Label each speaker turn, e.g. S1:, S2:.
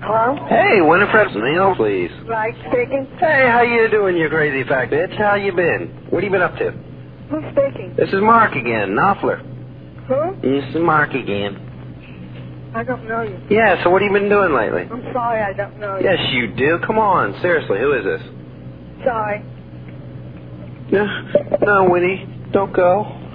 S1: Hello?
S2: Hey, Winifred, Neil, please.
S1: Right, speaking.
S2: Hey, how you doing, you crazy fat bitch? How you been? What have you been up to?
S1: Who's speaking?
S2: This is Mark again, Knopfler.
S1: Who?
S2: This is Mark again.
S1: I don't know you.
S2: Yeah, so what have you been doing lately?
S1: I'm sorry, I don't know you.
S2: Yes, you do. Come on, seriously, who is this?
S1: Sorry.
S2: No, no, Winnie, don't go.